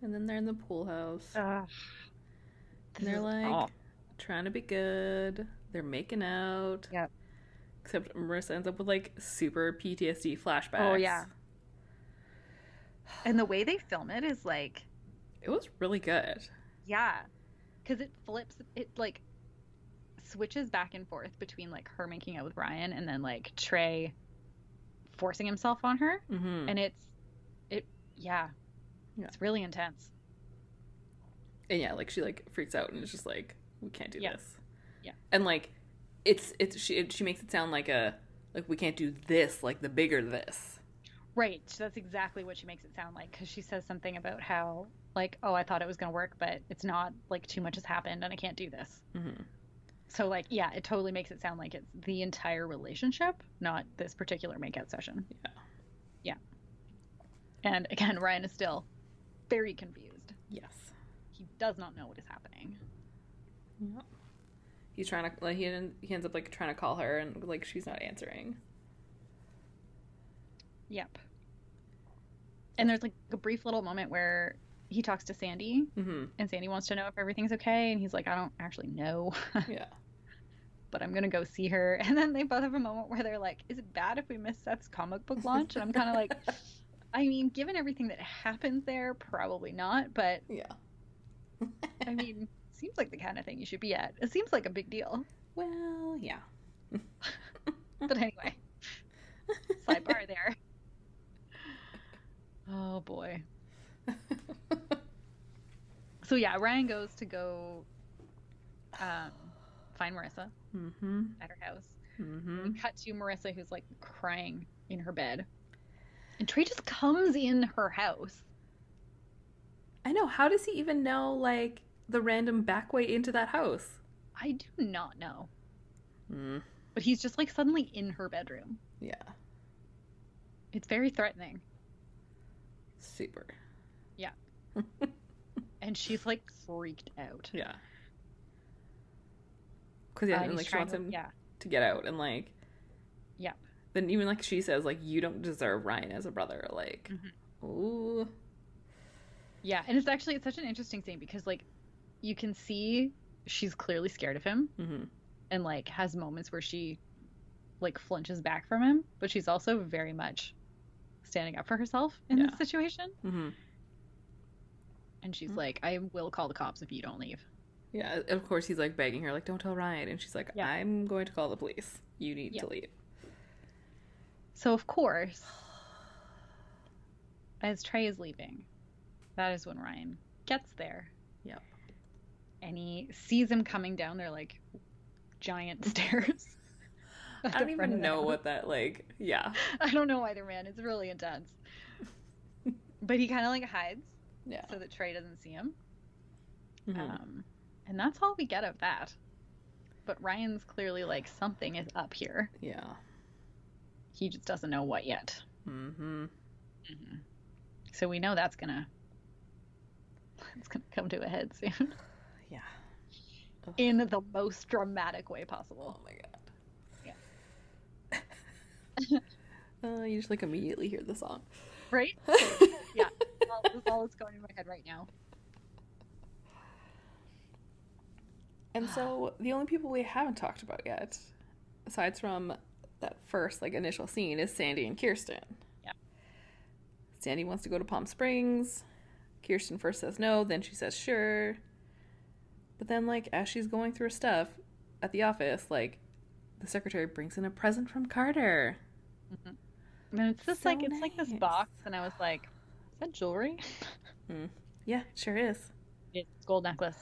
[SPEAKER 1] And then they're in the pool house.
[SPEAKER 2] Oh. This
[SPEAKER 1] They're
[SPEAKER 2] is
[SPEAKER 1] like-
[SPEAKER 2] awful.
[SPEAKER 1] Trying to be good. They're making out.
[SPEAKER 2] Yep.
[SPEAKER 1] Except Marissa ends up with like super PTSD flashbacks.
[SPEAKER 2] Oh, yeah. and the way they film it is like,
[SPEAKER 1] It was really good.
[SPEAKER 2] yeah, because it flips, it like switches back and forth between like her making out with Ryan and then like Trey forcing himself on her.
[SPEAKER 1] Mm-hmm.
[SPEAKER 2] and it's it yeah,
[SPEAKER 1] Yeah.
[SPEAKER 2] it's really intense
[SPEAKER 1] and yeah like she like freaks out and is just like we can't do
[SPEAKER 2] Yeah.
[SPEAKER 1] this
[SPEAKER 2] Yeah.
[SPEAKER 1] and like it's it's she it, she makes it sound like a like we can't do this like the bigger this
[SPEAKER 2] right so that's exactly what she makes it sound like because she says something about how like, oh, I thought it was going to work, but it's not. Like, too much has happened and I can't do this.
[SPEAKER 1] Mhm.
[SPEAKER 2] So, like, yeah, it totally makes it sound like it's the entire relationship, not this particular makeout session.
[SPEAKER 1] Yeah.
[SPEAKER 2] Yeah. And again, Ryan is still very confused.
[SPEAKER 1] Yes.
[SPEAKER 2] He does not know what is happening.
[SPEAKER 1] Yep. He's trying to. Like, he en- he ends up like trying to call her, and like she's not answering.
[SPEAKER 2] Yep. And there's like a brief little moment where he talks to Sandy,
[SPEAKER 1] Mm-hmm.
[SPEAKER 2] and Sandy wants to know if everything's okay, and he's like, I don't actually know,
[SPEAKER 1] Yeah.
[SPEAKER 2] but I'm gonna go see her. And then they both have a moment where they're like, Is it bad if we miss Seth's comic book launch? And I'm kind of like, I mean, given everything that happened there, probably not, but
[SPEAKER 1] Yeah.
[SPEAKER 2] I mean, seems like the kind of thing you should be at. It seems like a big deal.
[SPEAKER 1] Well, yeah.
[SPEAKER 2] But anyway, sidebar there. Oh boy. So yeah, Ryan goes to go um, find Marissa
[SPEAKER 1] mm-hmm.
[SPEAKER 2] at her house.
[SPEAKER 1] Mm-hmm.
[SPEAKER 2] We cut to Marissa who's like crying in her bed, and Trey just comes in her house.
[SPEAKER 1] I know. How does he even know like the random back way into that house?
[SPEAKER 2] I do not know,
[SPEAKER 1] Mm.
[SPEAKER 2] but he's just like suddenly in her bedroom.
[SPEAKER 1] Yeah.
[SPEAKER 2] It's very threatening,
[SPEAKER 1] Super.
[SPEAKER 2] and she's like freaked out.
[SPEAKER 1] Yeah. Because yeah,
[SPEAKER 2] Uh,
[SPEAKER 1] and,
[SPEAKER 2] he's
[SPEAKER 1] like she
[SPEAKER 2] trying
[SPEAKER 1] wants
[SPEAKER 2] to-
[SPEAKER 1] him
[SPEAKER 2] yeah,
[SPEAKER 1] to get out, and like
[SPEAKER 2] Yep.
[SPEAKER 1] Then even like she says, like you don't deserve Ryan as a brother. Like,
[SPEAKER 2] Mhm.
[SPEAKER 1] ooh,
[SPEAKER 2] yeah, and it's actually it's such an interesting thing because like you can see she's clearly scared of him,
[SPEAKER 1] hmm
[SPEAKER 2] and like has moments where she like flinches back from him, but she's also very much standing up for herself in
[SPEAKER 1] Yeah.
[SPEAKER 2] this situation.
[SPEAKER 1] hmm
[SPEAKER 2] And she's
[SPEAKER 1] Mhm.
[SPEAKER 2] like, I will call the cops if you don't leave.
[SPEAKER 1] yeah. and Of course, he's like begging her, like, don't tell Ryan, and she's like,
[SPEAKER 2] Yeah.
[SPEAKER 1] I'm going to call the police. You need
[SPEAKER 2] Yeah.
[SPEAKER 1] to leave.
[SPEAKER 2] So of course, as Trey is leaving, that is when Ryan gets there.
[SPEAKER 1] Yep.
[SPEAKER 2] And he sees him coming down. They're like giant stairs. at
[SPEAKER 1] I don't
[SPEAKER 2] the
[SPEAKER 1] even
[SPEAKER 2] front of the
[SPEAKER 1] know
[SPEAKER 2] house.
[SPEAKER 1] what that like. Yeah,
[SPEAKER 2] I don't know either, man. It's really intense. but he kind of like hides
[SPEAKER 1] yeah.
[SPEAKER 2] so that Trey doesn't see him.
[SPEAKER 1] Mhm.
[SPEAKER 2] Um, and that's all we get of that. But Ryan's clearly like something is up here.
[SPEAKER 1] yeah.
[SPEAKER 2] He just doesn't know what yet.
[SPEAKER 1] Mm-hmm.
[SPEAKER 2] So we know that's gonna it's gonna come to a head soon
[SPEAKER 1] Yeah.
[SPEAKER 2] in the most dramatic way
[SPEAKER 1] Oh
[SPEAKER 2] possible.
[SPEAKER 1] my god.
[SPEAKER 2] Yeah.
[SPEAKER 1] uh, you just like immediately hear the song.
[SPEAKER 2] Right? yeah. All, that's all that's going in my head right now.
[SPEAKER 1] And so the only people we haven't talked about yet, aside from that first like initial scene, is Sandy and Kirsten.
[SPEAKER 2] Yeah.
[SPEAKER 1] Sandy wants to go to Palm Springs. Kirsten first says no, then she says sure. But then like as she's going through her stuff at the office, like the secretary brings in a present from Carter.
[SPEAKER 2] And it's just
[SPEAKER 1] So
[SPEAKER 2] like it's like this
[SPEAKER 1] nice.
[SPEAKER 2] box and I was like, Is that jewelry?
[SPEAKER 1] Yeah, sure is.
[SPEAKER 2] It's gold necklace.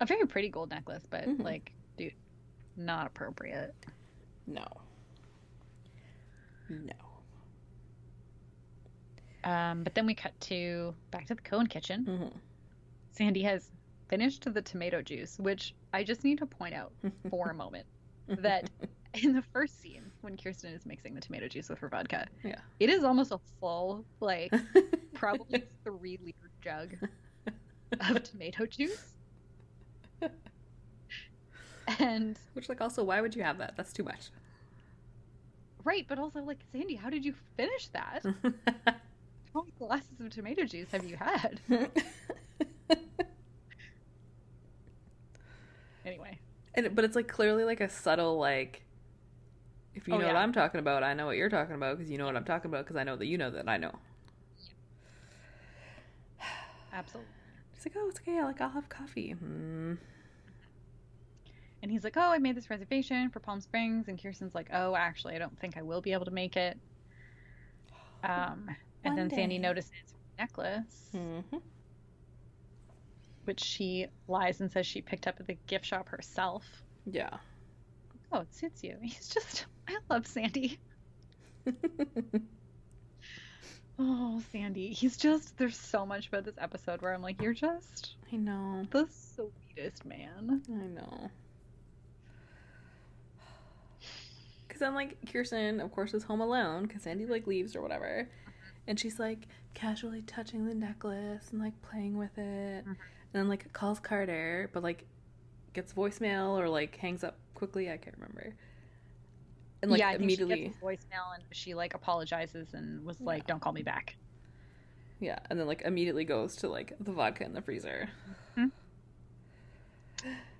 [SPEAKER 2] A very pretty gold necklace, but
[SPEAKER 1] Mhm.
[SPEAKER 2] like, dude, not appropriate.
[SPEAKER 1] No. No.
[SPEAKER 2] Um, but then we cut to back to the Cohen kitchen.
[SPEAKER 1] Mm-hmm.
[SPEAKER 2] Sandy has finished the tomato juice, which I just need to point out for a moment that in the first scene when Kirsten is mixing the tomato juice with her vodka,
[SPEAKER 1] Yeah.
[SPEAKER 2] it is almost a full, like probably three liter jug of tomato juice. And
[SPEAKER 1] Which like also why would you have that? That's too much.
[SPEAKER 2] right, but also like Sandy, how did you finish that? How many glasses of tomato juice have you had? Anyway,
[SPEAKER 1] and but it's like clearly like a subtle like if you
[SPEAKER 2] Oh,
[SPEAKER 1] know what
[SPEAKER 2] yeah.
[SPEAKER 1] I'm talking about, I know what you're talking about because you know what I'm talking about because I know that you know that I know.
[SPEAKER 2] absolutely.
[SPEAKER 1] She's like, oh, it's okay. Like I'll have coffee. Mm.
[SPEAKER 2] And he's like, Oh, I made this reservation for Palm Springs. And Kirsten's like, Oh, actually, I don't think I will be able to make it. Um, and
[SPEAKER 1] One
[SPEAKER 2] then Sandy
[SPEAKER 1] day.
[SPEAKER 2] notices her necklace,
[SPEAKER 1] Mm-hmm.
[SPEAKER 2] which she lies and says she picked up at the gift shop herself.
[SPEAKER 1] Yeah.
[SPEAKER 2] Oh, it suits you. He's just, I love Sandy. Oh, Sandy. He's just, there's so much about this episode where I'm like, you're just
[SPEAKER 1] I know.
[SPEAKER 2] the sweetest man.
[SPEAKER 1] I know. Because I'm like, Kirsten, of course, is home alone because Sandy, like, leaves or whatever. And she's, like, casually touching the necklace and, like, playing with it.
[SPEAKER 2] Mhm.
[SPEAKER 1] And then, like, calls Carter, but, like, gets voicemail or, like, hangs up quickly. I can't remember. And, like,
[SPEAKER 2] yeah, I think
[SPEAKER 1] immediately.
[SPEAKER 2] she gets his voicemail and she like apologizes and was like,
[SPEAKER 1] Yeah.
[SPEAKER 2] "Don't call me back."
[SPEAKER 1] Yeah. And then, like, immediately goes to, like, the vodka in the freezer.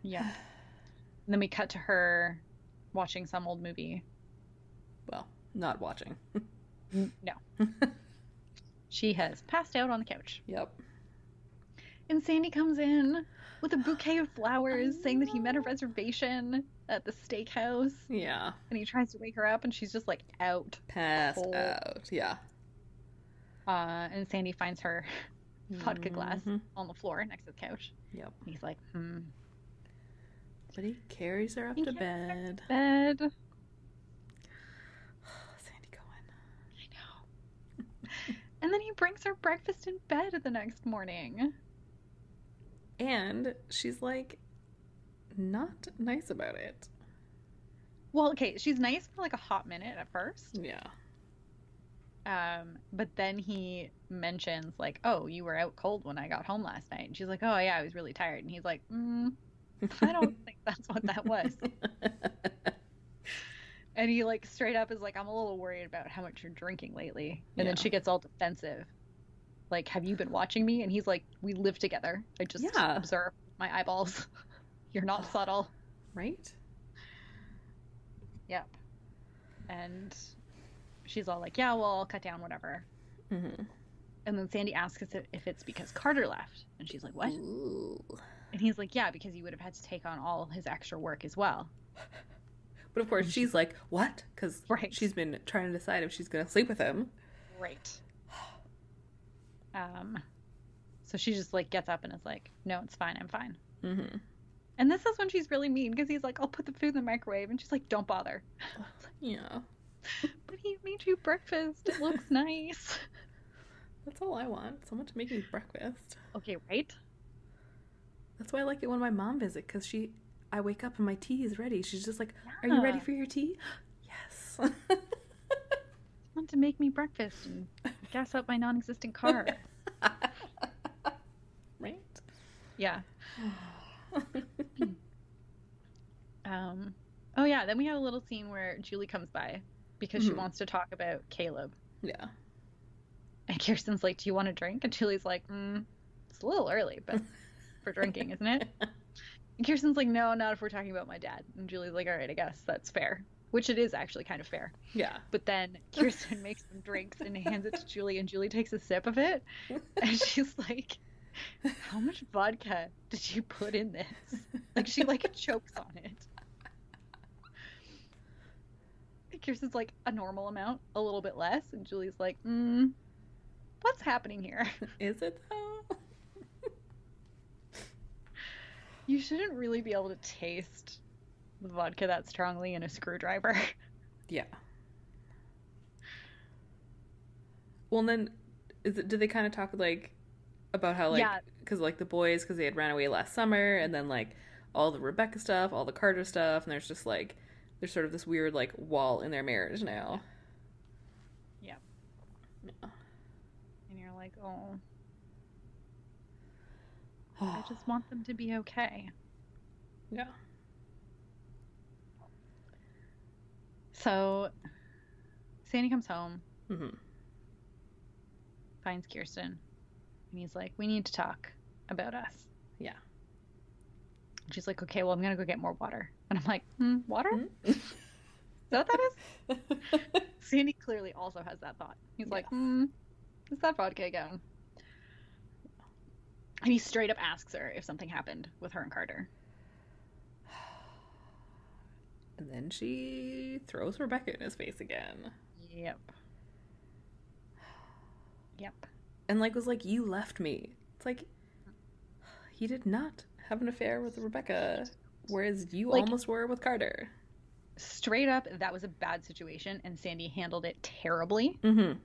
[SPEAKER 2] Yeah. And then we cut to her watching some old movie.
[SPEAKER 1] Well, not watching.
[SPEAKER 2] No, she has passed out on the couch.
[SPEAKER 1] yep.
[SPEAKER 2] And Sandy comes in with a bouquet of flowers,
[SPEAKER 1] I
[SPEAKER 2] saying that he met a
[SPEAKER 1] know.
[SPEAKER 2] reservation at the steakhouse.
[SPEAKER 1] Yeah.
[SPEAKER 2] And he tries to wake her up, and she's just like out.
[SPEAKER 1] Passed
[SPEAKER 2] Cold.
[SPEAKER 1] out. Yeah.
[SPEAKER 2] Uh, and Sandy finds her vodka glass
[SPEAKER 1] Mhm.
[SPEAKER 2] on the floor next to the couch.
[SPEAKER 1] Yep.
[SPEAKER 2] And he's like, "Hmm,
[SPEAKER 1] But he carries her up
[SPEAKER 2] He
[SPEAKER 1] to
[SPEAKER 2] carries
[SPEAKER 1] bed.
[SPEAKER 2] bed."
[SPEAKER 1] Sandy Cohen.
[SPEAKER 2] I know. and then he brings her breakfast in bed the next morning.
[SPEAKER 1] And she's like, not nice about it.
[SPEAKER 2] Well, okay, she's nice for like a hot minute at first.
[SPEAKER 1] Yeah.
[SPEAKER 2] Um, but then he mentions like, "Oh, you were out cold when I got home last night." And she's like, "Oh, yeah, I was really tired." And he's like, mm, "I don't think that's what that was." And he like straight up is like, "I'm a little worried about how much you're drinking lately." And then
[SPEAKER 1] Yeah.
[SPEAKER 2] she gets all defensive. Like, "Have you been watching me?" And he's like, "We live together. I just
[SPEAKER 1] Yeah.
[SPEAKER 2] observe with my eyeballs. you're not subtle."
[SPEAKER 1] right?
[SPEAKER 2] Yep. And she's all like, "Yeah, well, I'll cut down whatever."
[SPEAKER 1] Mm-hmm.
[SPEAKER 2] And then Sandy asks if it- if it's because Carter left, and she's like, "What?"
[SPEAKER 1] Ooh.
[SPEAKER 2] And he's like, "Yeah, because you would have had to take on all his extra work as well."
[SPEAKER 1] But of course,
[SPEAKER 2] And
[SPEAKER 1] she's like, what? Because
[SPEAKER 2] Right.
[SPEAKER 1] she's been trying to decide if she's going to sleep with him.
[SPEAKER 2] Right. Um. So she just like gets up and is like, "No, it's fine. I'm fine."
[SPEAKER 1] Mm-hmm.
[SPEAKER 2] And this is when she's really mean because he's like, "I'll put the food in the microwave," and she's like, "Don't bother."
[SPEAKER 1] Yeah.
[SPEAKER 2] But he made you breakfast. It looks nice.
[SPEAKER 1] That's all I want. Someone to make me breakfast.
[SPEAKER 2] okay, right?
[SPEAKER 1] That's why I like it when my mom visits because she, I wake up and my tea is ready. She's just like, are you ready
[SPEAKER 2] Yeah.
[SPEAKER 1] for your tea? Yes.
[SPEAKER 2] Want to make me breakfast and gas up my non-existent car?
[SPEAKER 1] right?
[SPEAKER 2] yeah. Um, oh yeah, then we had a little scene where Julie comes by because she
[SPEAKER 1] Mhm.
[SPEAKER 2] wants to talk about Caleb.
[SPEAKER 1] yeah.
[SPEAKER 2] And Kirsten's like, "Do you want a drink?" And Julie's like, mm, "It's a little early, but for drinking, isn't it?" And Kirsten's like, "No, not if we're talking about my dad." And Julie's like, "All right, I guess that's fair." Which it is actually kind of fair.
[SPEAKER 1] Yeah.
[SPEAKER 2] But then Kirsten makes some drinks and hands it to Julie, and Julie takes a sip of it, and she's like, "How much vodka did you put in this?" Like she like chokes on it. And Kirsten's like a normal amount, a little bit less, and Julie's like, mm, "What's happening here?
[SPEAKER 1] Is it though?
[SPEAKER 2] You shouldn't really be able to taste the vodka that strongly in a screwdriver."
[SPEAKER 1] Yeah. Well, and then, is it, did they kind of talk like about how like
[SPEAKER 2] Yeah.
[SPEAKER 1] because like the boys because they had ran away last summer and then like all the Rebecca stuff, all the Carter stuff, and there's just like there's sort of this weird like wall in their marriage now.
[SPEAKER 2] Yeah.
[SPEAKER 1] Yeah.
[SPEAKER 2] And you're like, "Oh, I just want them to be okay."
[SPEAKER 1] yeah.
[SPEAKER 2] So Sandy comes home,
[SPEAKER 1] hmm
[SPEAKER 2] finds Kirsten, and he's like, We need to talk about us.
[SPEAKER 1] Yeah.
[SPEAKER 2] And she's like, Okay, well, I'm going to go get more water. And I'm like, hmm, Water?
[SPEAKER 1] Hmm?
[SPEAKER 2] Is that what that is? Sandy clearly also has that thought. He's like, Hmm, is that vodka again? And he straight up asks her if something happened with her and Carter.
[SPEAKER 1] and then she throws Rebecca in his face again.
[SPEAKER 2] Yep. Yep.
[SPEAKER 1] and like was like you left me it's like he did not have an affair with rebecca whereas you
[SPEAKER 2] Like-
[SPEAKER 1] almost were with carter
[SPEAKER 2] Straight up, that was a bad situation, and Sandy handled it terribly.
[SPEAKER 1] mm-hmm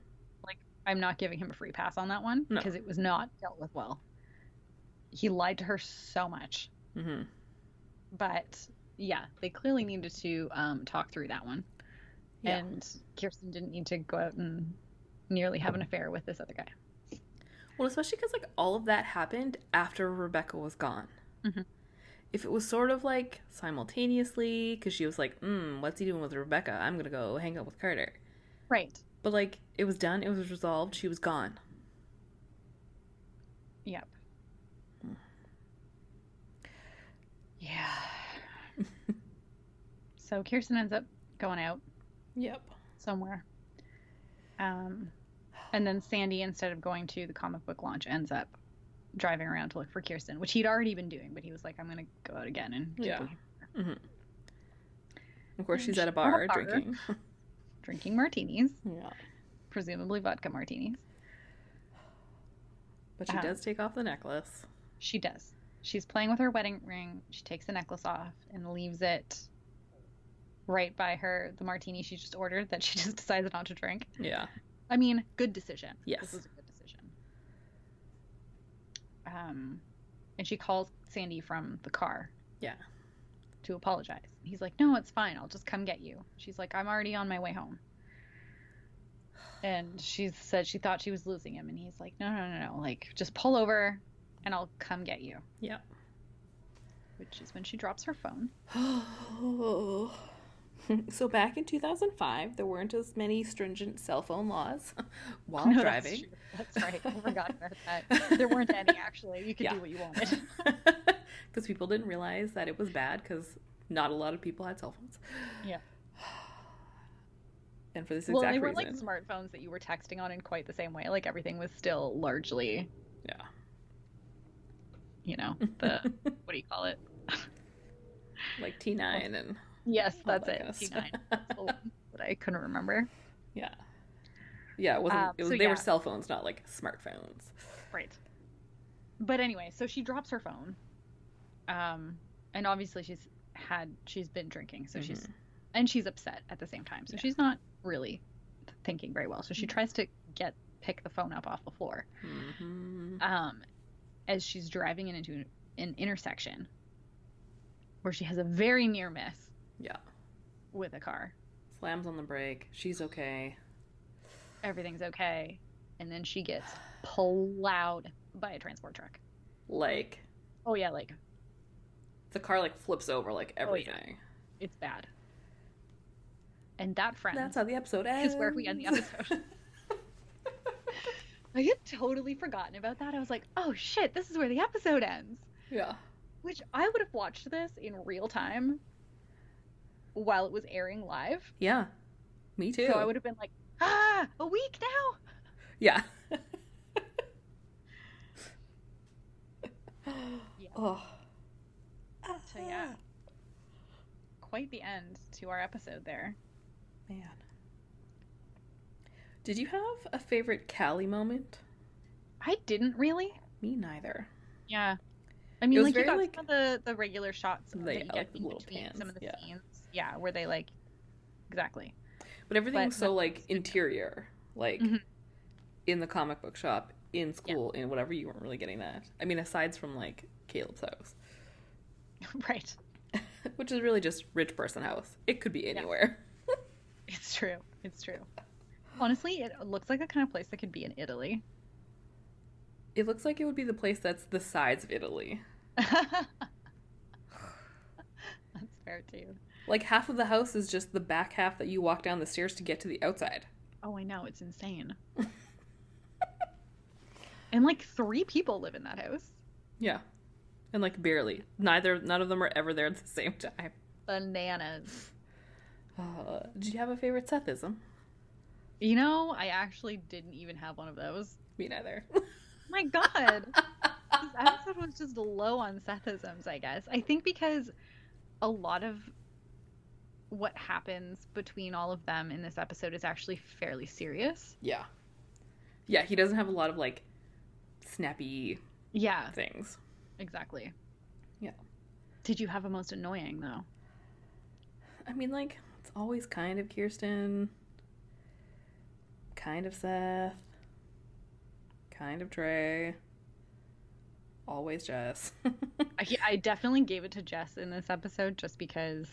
[SPEAKER 2] like I'm not giving him a free pass on that one
[SPEAKER 1] No.
[SPEAKER 2] because it was not dealt with well. He lied to her so much.
[SPEAKER 1] Mm-hmm.
[SPEAKER 2] But yeah, they clearly needed to um, talk through that one.
[SPEAKER 1] Yeah.
[SPEAKER 2] And Kirsten didn't need to go out and nearly have an affair with this other guy.
[SPEAKER 1] Well, especially because like all of that happened after Rebecca was gone.
[SPEAKER 2] Mhm.
[SPEAKER 1] If it was sort of like simultaneously, because she was like, mm, "What's he doing with Rebecca? I'm gonna go hang out with Carter."
[SPEAKER 2] Right.
[SPEAKER 1] But like, it was done. It was resolved. She was gone.
[SPEAKER 2] Yep. Yeah. so Kirsten ends up going out
[SPEAKER 1] Yep.
[SPEAKER 2] somewhere. Um, and then Sandy, instead of going to the comic book launch, ends up driving around to look for Kirsten, which he'd already been doing, but he was like, I'm going to go out again and keep
[SPEAKER 1] Yeah.
[SPEAKER 2] looking-
[SPEAKER 1] Of course,
[SPEAKER 2] And
[SPEAKER 1] she's at a
[SPEAKER 2] she's at a
[SPEAKER 1] bar
[SPEAKER 2] bar.
[SPEAKER 1] drinking.
[SPEAKER 2] drinking martinis,
[SPEAKER 1] yeah.
[SPEAKER 2] presumably vodka martinis.
[SPEAKER 1] But she
[SPEAKER 2] Um,
[SPEAKER 1] does take off the necklace.
[SPEAKER 2] She does. She's playing with her wedding ring. She takes the necklace off and leaves it right by her, the martini she just ordered that she just decides not to drink.
[SPEAKER 1] Yeah.
[SPEAKER 2] I mean, good decision.
[SPEAKER 1] Yes.
[SPEAKER 2] This was a good decision. Um, and she calls Sandy from the car.
[SPEAKER 1] Yeah.
[SPEAKER 2] To apologize. He's like, no, it's fine. I'll just come get you. She's like, I'm already on my way home. And she said she thought she was losing him. And he's like, no, no, no, no. Like, just pull over and I'll come get you.
[SPEAKER 1] Yeah.
[SPEAKER 2] Which is when she drops her phone.
[SPEAKER 1] so back in 2005, there weren't as many stringent cell phone laws while
[SPEAKER 2] No, that's
[SPEAKER 1] driving.
[SPEAKER 2] true. That's, right. I forgot about that. There weren't any, actually. You could
[SPEAKER 1] Yeah.
[SPEAKER 2] do what you wanted.
[SPEAKER 1] because people didn't realize that it was bad because not a lot of people had cell phones.
[SPEAKER 2] Yeah.
[SPEAKER 1] And for this
[SPEAKER 2] Well,
[SPEAKER 1] exact
[SPEAKER 2] they weren't
[SPEAKER 1] reason.
[SPEAKER 2] like smartphones that you were texting on in quite the same way. Like everything was still largely,
[SPEAKER 1] Yeah.
[SPEAKER 2] you know, the what do you call it?
[SPEAKER 1] Like T9 and
[SPEAKER 2] Yes,
[SPEAKER 1] all
[SPEAKER 2] that's
[SPEAKER 1] that
[SPEAKER 2] it.
[SPEAKER 1] kinda
[SPEAKER 2] T
[SPEAKER 1] stuff.
[SPEAKER 2] nine. But I couldn't remember.
[SPEAKER 1] yeah. Yeah, it wasn't.
[SPEAKER 2] Um,
[SPEAKER 1] it was,
[SPEAKER 2] so
[SPEAKER 1] they
[SPEAKER 2] yeah.
[SPEAKER 1] were cell phones, not like smartphones.
[SPEAKER 2] Right. But anyway, so she drops her phone, um, and obviously she's had she's been drinking, so she's and she's upset at the same time.
[SPEAKER 1] Mm-hmm.
[SPEAKER 2] So
[SPEAKER 1] Yeah.
[SPEAKER 2] she's not really thinking very well. So she tries to get pick the phone up off the floor.
[SPEAKER 1] hmm
[SPEAKER 2] um, as she's driving in into an, an intersection where she has a very near miss
[SPEAKER 1] Yeah.
[SPEAKER 2] with a car.
[SPEAKER 1] Slams on the brake. She's okay.
[SPEAKER 2] Everything's okay. And then she gets plowed by a transport truck.
[SPEAKER 1] Like
[SPEAKER 2] Oh, yeah, like
[SPEAKER 1] the car like flips over like
[SPEAKER 2] Oh, yeah.
[SPEAKER 1] everything.
[SPEAKER 2] it's bad. And that friend,
[SPEAKER 1] That's how the episode ends.
[SPEAKER 2] Is where we end the episode. I had totally forgotten about that. I was like, oh shit, this is where the episode ends.
[SPEAKER 1] yeah.
[SPEAKER 2] Which I would have watched this in real time while it was airing live.
[SPEAKER 1] Yeah. Me too.
[SPEAKER 2] So I would have been like, ah, a week now?
[SPEAKER 1] Yeah.
[SPEAKER 2] Yeah.
[SPEAKER 1] Oh.
[SPEAKER 2] So yeah. Quite the end to our episode there.
[SPEAKER 1] Man. Did you have a favorite Callie moment?
[SPEAKER 2] I didn't really.
[SPEAKER 1] Me neither.
[SPEAKER 2] Yeah. I mean,
[SPEAKER 1] was
[SPEAKER 2] like you
[SPEAKER 1] very,
[SPEAKER 2] got
[SPEAKER 1] like-
[SPEAKER 2] some of the, the regular shots
[SPEAKER 1] Yeah,
[SPEAKER 2] that you get
[SPEAKER 1] like the
[SPEAKER 2] in
[SPEAKER 1] little
[SPEAKER 2] between
[SPEAKER 1] pans,
[SPEAKER 2] some of the
[SPEAKER 1] yeah.
[SPEAKER 2] scenes. Yeah, where they like exactly.
[SPEAKER 1] But everything
[SPEAKER 2] But
[SPEAKER 1] was so
[SPEAKER 2] nothing
[SPEAKER 1] like
[SPEAKER 2] was
[SPEAKER 1] interior, like
[SPEAKER 2] Mhm.
[SPEAKER 1] in the comic book shop, in school, in whatever. You weren't really getting that. I mean, aside from like Caleb's house,
[SPEAKER 2] right.
[SPEAKER 1] which is really just rich person house. It could be anywhere.
[SPEAKER 2] It's true. It's true. Honestly, it looks like the kind of place that could be in Italy.
[SPEAKER 1] It looks like it would be the place that's the size of Italy.
[SPEAKER 2] That's fair too.
[SPEAKER 1] Like half of the house is just the back half that you walk down the stairs to get to the outside.
[SPEAKER 2] Oh, I know, it's insane. and like three people live in that house.
[SPEAKER 1] Yeah. And like barely. Neither none of them are ever there at the same time.
[SPEAKER 2] Bananas.
[SPEAKER 1] Uh, did you have a favorite Sethism?
[SPEAKER 2] You know, I actually didn't even have one of those.
[SPEAKER 1] Me neither.
[SPEAKER 2] My God. this episode was just low on Sethisms, I guess. I think because a lot of what happens between all of them in this episode is actually fairly serious.
[SPEAKER 1] yeah. Yeah, he doesn't have a lot of like snappy
[SPEAKER 2] Yeah,
[SPEAKER 1] things.
[SPEAKER 2] exactly.
[SPEAKER 1] Yeah.
[SPEAKER 2] Did you have a most annoying, though?
[SPEAKER 1] I mean, like, it's always kind of Kirsten, kind of Seth. Kind of Trey. Always Jess.
[SPEAKER 2] I, I definitely gave it to Jess in this episode just because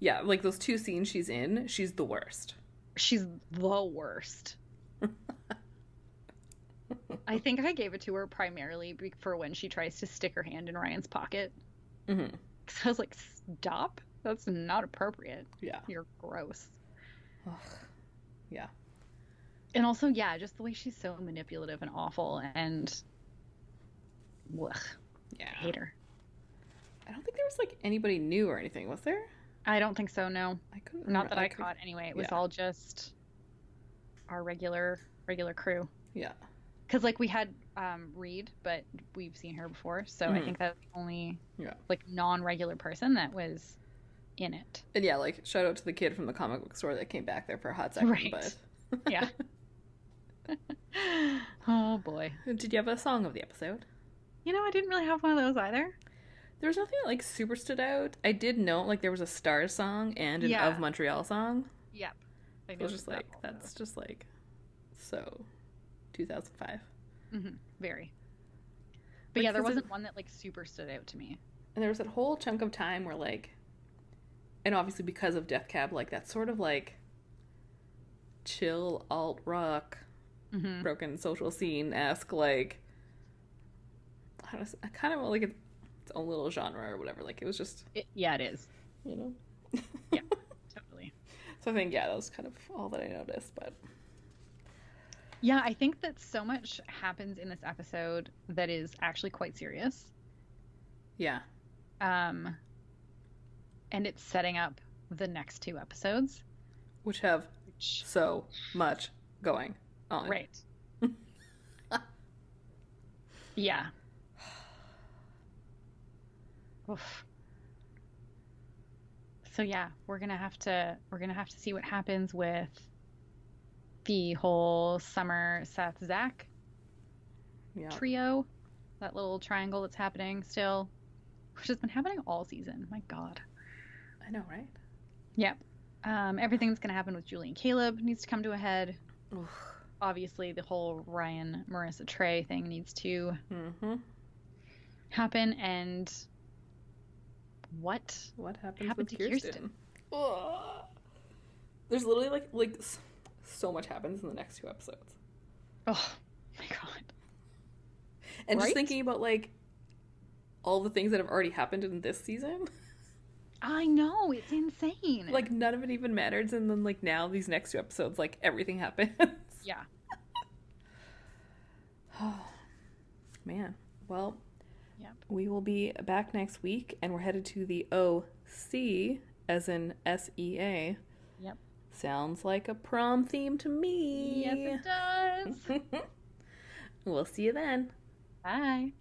[SPEAKER 1] yeah, like those two scenes she's in, she's the worst.
[SPEAKER 2] she's the worst. I think I gave it to her primarily be- for when she tries to stick her hand in Ryan's pocket.
[SPEAKER 1] hmm
[SPEAKER 2] Because I was like, stop. That's not appropriate.
[SPEAKER 1] Yeah.
[SPEAKER 2] You're gross.
[SPEAKER 1] Ugh. Yeah.
[SPEAKER 2] And also, yeah, just the way she's so manipulative and awful and. Ugh,
[SPEAKER 1] Yeah.
[SPEAKER 2] I hate her.
[SPEAKER 1] I don't think there was like anybody new or anything, was there?
[SPEAKER 2] I don't think so, no.
[SPEAKER 1] I couldn't.
[SPEAKER 2] Not
[SPEAKER 1] remember-
[SPEAKER 2] that I
[SPEAKER 1] could-
[SPEAKER 2] caught anyway. It was
[SPEAKER 1] yeah.
[SPEAKER 2] all just our regular regular crew.
[SPEAKER 1] Yeah.
[SPEAKER 2] Because, like, we had um, Reed, but we've seen her before. So I
[SPEAKER 1] Mhm.
[SPEAKER 2] think that's the only,
[SPEAKER 1] Yeah.
[SPEAKER 2] like, non regular person that was in it.
[SPEAKER 1] And yeah, like shout out to the kid from the comic book store that came back there for a hot second.
[SPEAKER 2] Right.
[SPEAKER 1] But
[SPEAKER 2] Yeah. oh, boy.
[SPEAKER 1] uh, did you have a song of the episode?
[SPEAKER 2] You know, I didn't really have one of those either.
[SPEAKER 1] There was nothing that like super stood out. I did note like there was a Stars song and an
[SPEAKER 2] Yeah.
[SPEAKER 1] Of Montreal song.
[SPEAKER 2] Yep. I
[SPEAKER 1] I was just like,
[SPEAKER 2] noticed that also.
[SPEAKER 1] that's just like so 2005.
[SPEAKER 2] Mhm, very. But
[SPEAKER 1] Like,
[SPEAKER 2] yeah, there
[SPEAKER 1] 'cause it-
[SPEAKER 2] wasn't one that like super stood out to me.
[SPEAKER 1] And there was that whole chunk of time where like and obviously because of Death Cab, like that sort of like chill alt rock
[SPEAKER 2] hmm
[SPEAKER 1] broken social scene esque like I don't know, kind of like its its own little genre or whatever. Like it was just
[SPEAKER 2] It, yeah, it is
[SPEAKER 1] you know.
[SPEAKER 2] totally.
[SPEAKER 1] So I think yeah, that was kind of all that I noticed. But
[SPEAKER 2] Yeah, I think that so much happens in this episode that is actually quite serious.
[SPEAKER 1] yeah,
[SPEAKER 2] Um, and it's setting up the next two episodes.
[SPEAKER 1] which have
[SPEAKER 2] Which,
[SPEAKER 1] so much going on.
[SPEAKER 2] right. yeah. Oof. So yeah, we're gonna have to we're gonna have to see what happens with the whole summer Seth Zach
[SPEAKER 1] Yeah.
[SPEAKER 2] trio, that little triangle that's happening still, which has been happening all season. My God.
[SPEAKER 1] I know, right?
[SPEAKER 2] Yep. Um, everything that's gonna happen with Julie and Caleb needs to come to a head. Obviously, the whole Ryan Marissa Trey thing needs to
[SPEAKER 1] Mm-hmm.
[SPEAKER 2] happen and what
[SPEAKER 1] What happened,
[SPEAKER 2] Happened
[SPEAKER 1] with
[SPEAKER 2] to
[SPEAKER 1] Kirsten?
[SPEAKER 2] Kirsten.
[SPEAKER 1] Ugh. There's literally like like s- so much happens in the next two episodes.
[SPEAKER 2] oh my god
[SPEAKER 1] And just
[SPEAKER 2] Right?
[SPEAKER 1] thinking about like all the things that have already happened in this season,
[SPEAKER 2] i know it's insane
[SPEAKER 1] like none of it even matters. And then like now these next two episodes, like everything happens.
[SPEAKER 2] yeah
[SPEAKER 1] Oh, man. Well,
[SPEAKER 2] Yep.
[SPEAKER 1] we will be back next week and we're headed to the OC, as in S E A.
[SPEAKER 2] Yep.
[SPEAKER 1] Sounds like a prom theme to me.
[SPEAKER 2] yes it does
[SPEAKER 1] we'll see you then.
[SPEAKER 2] bye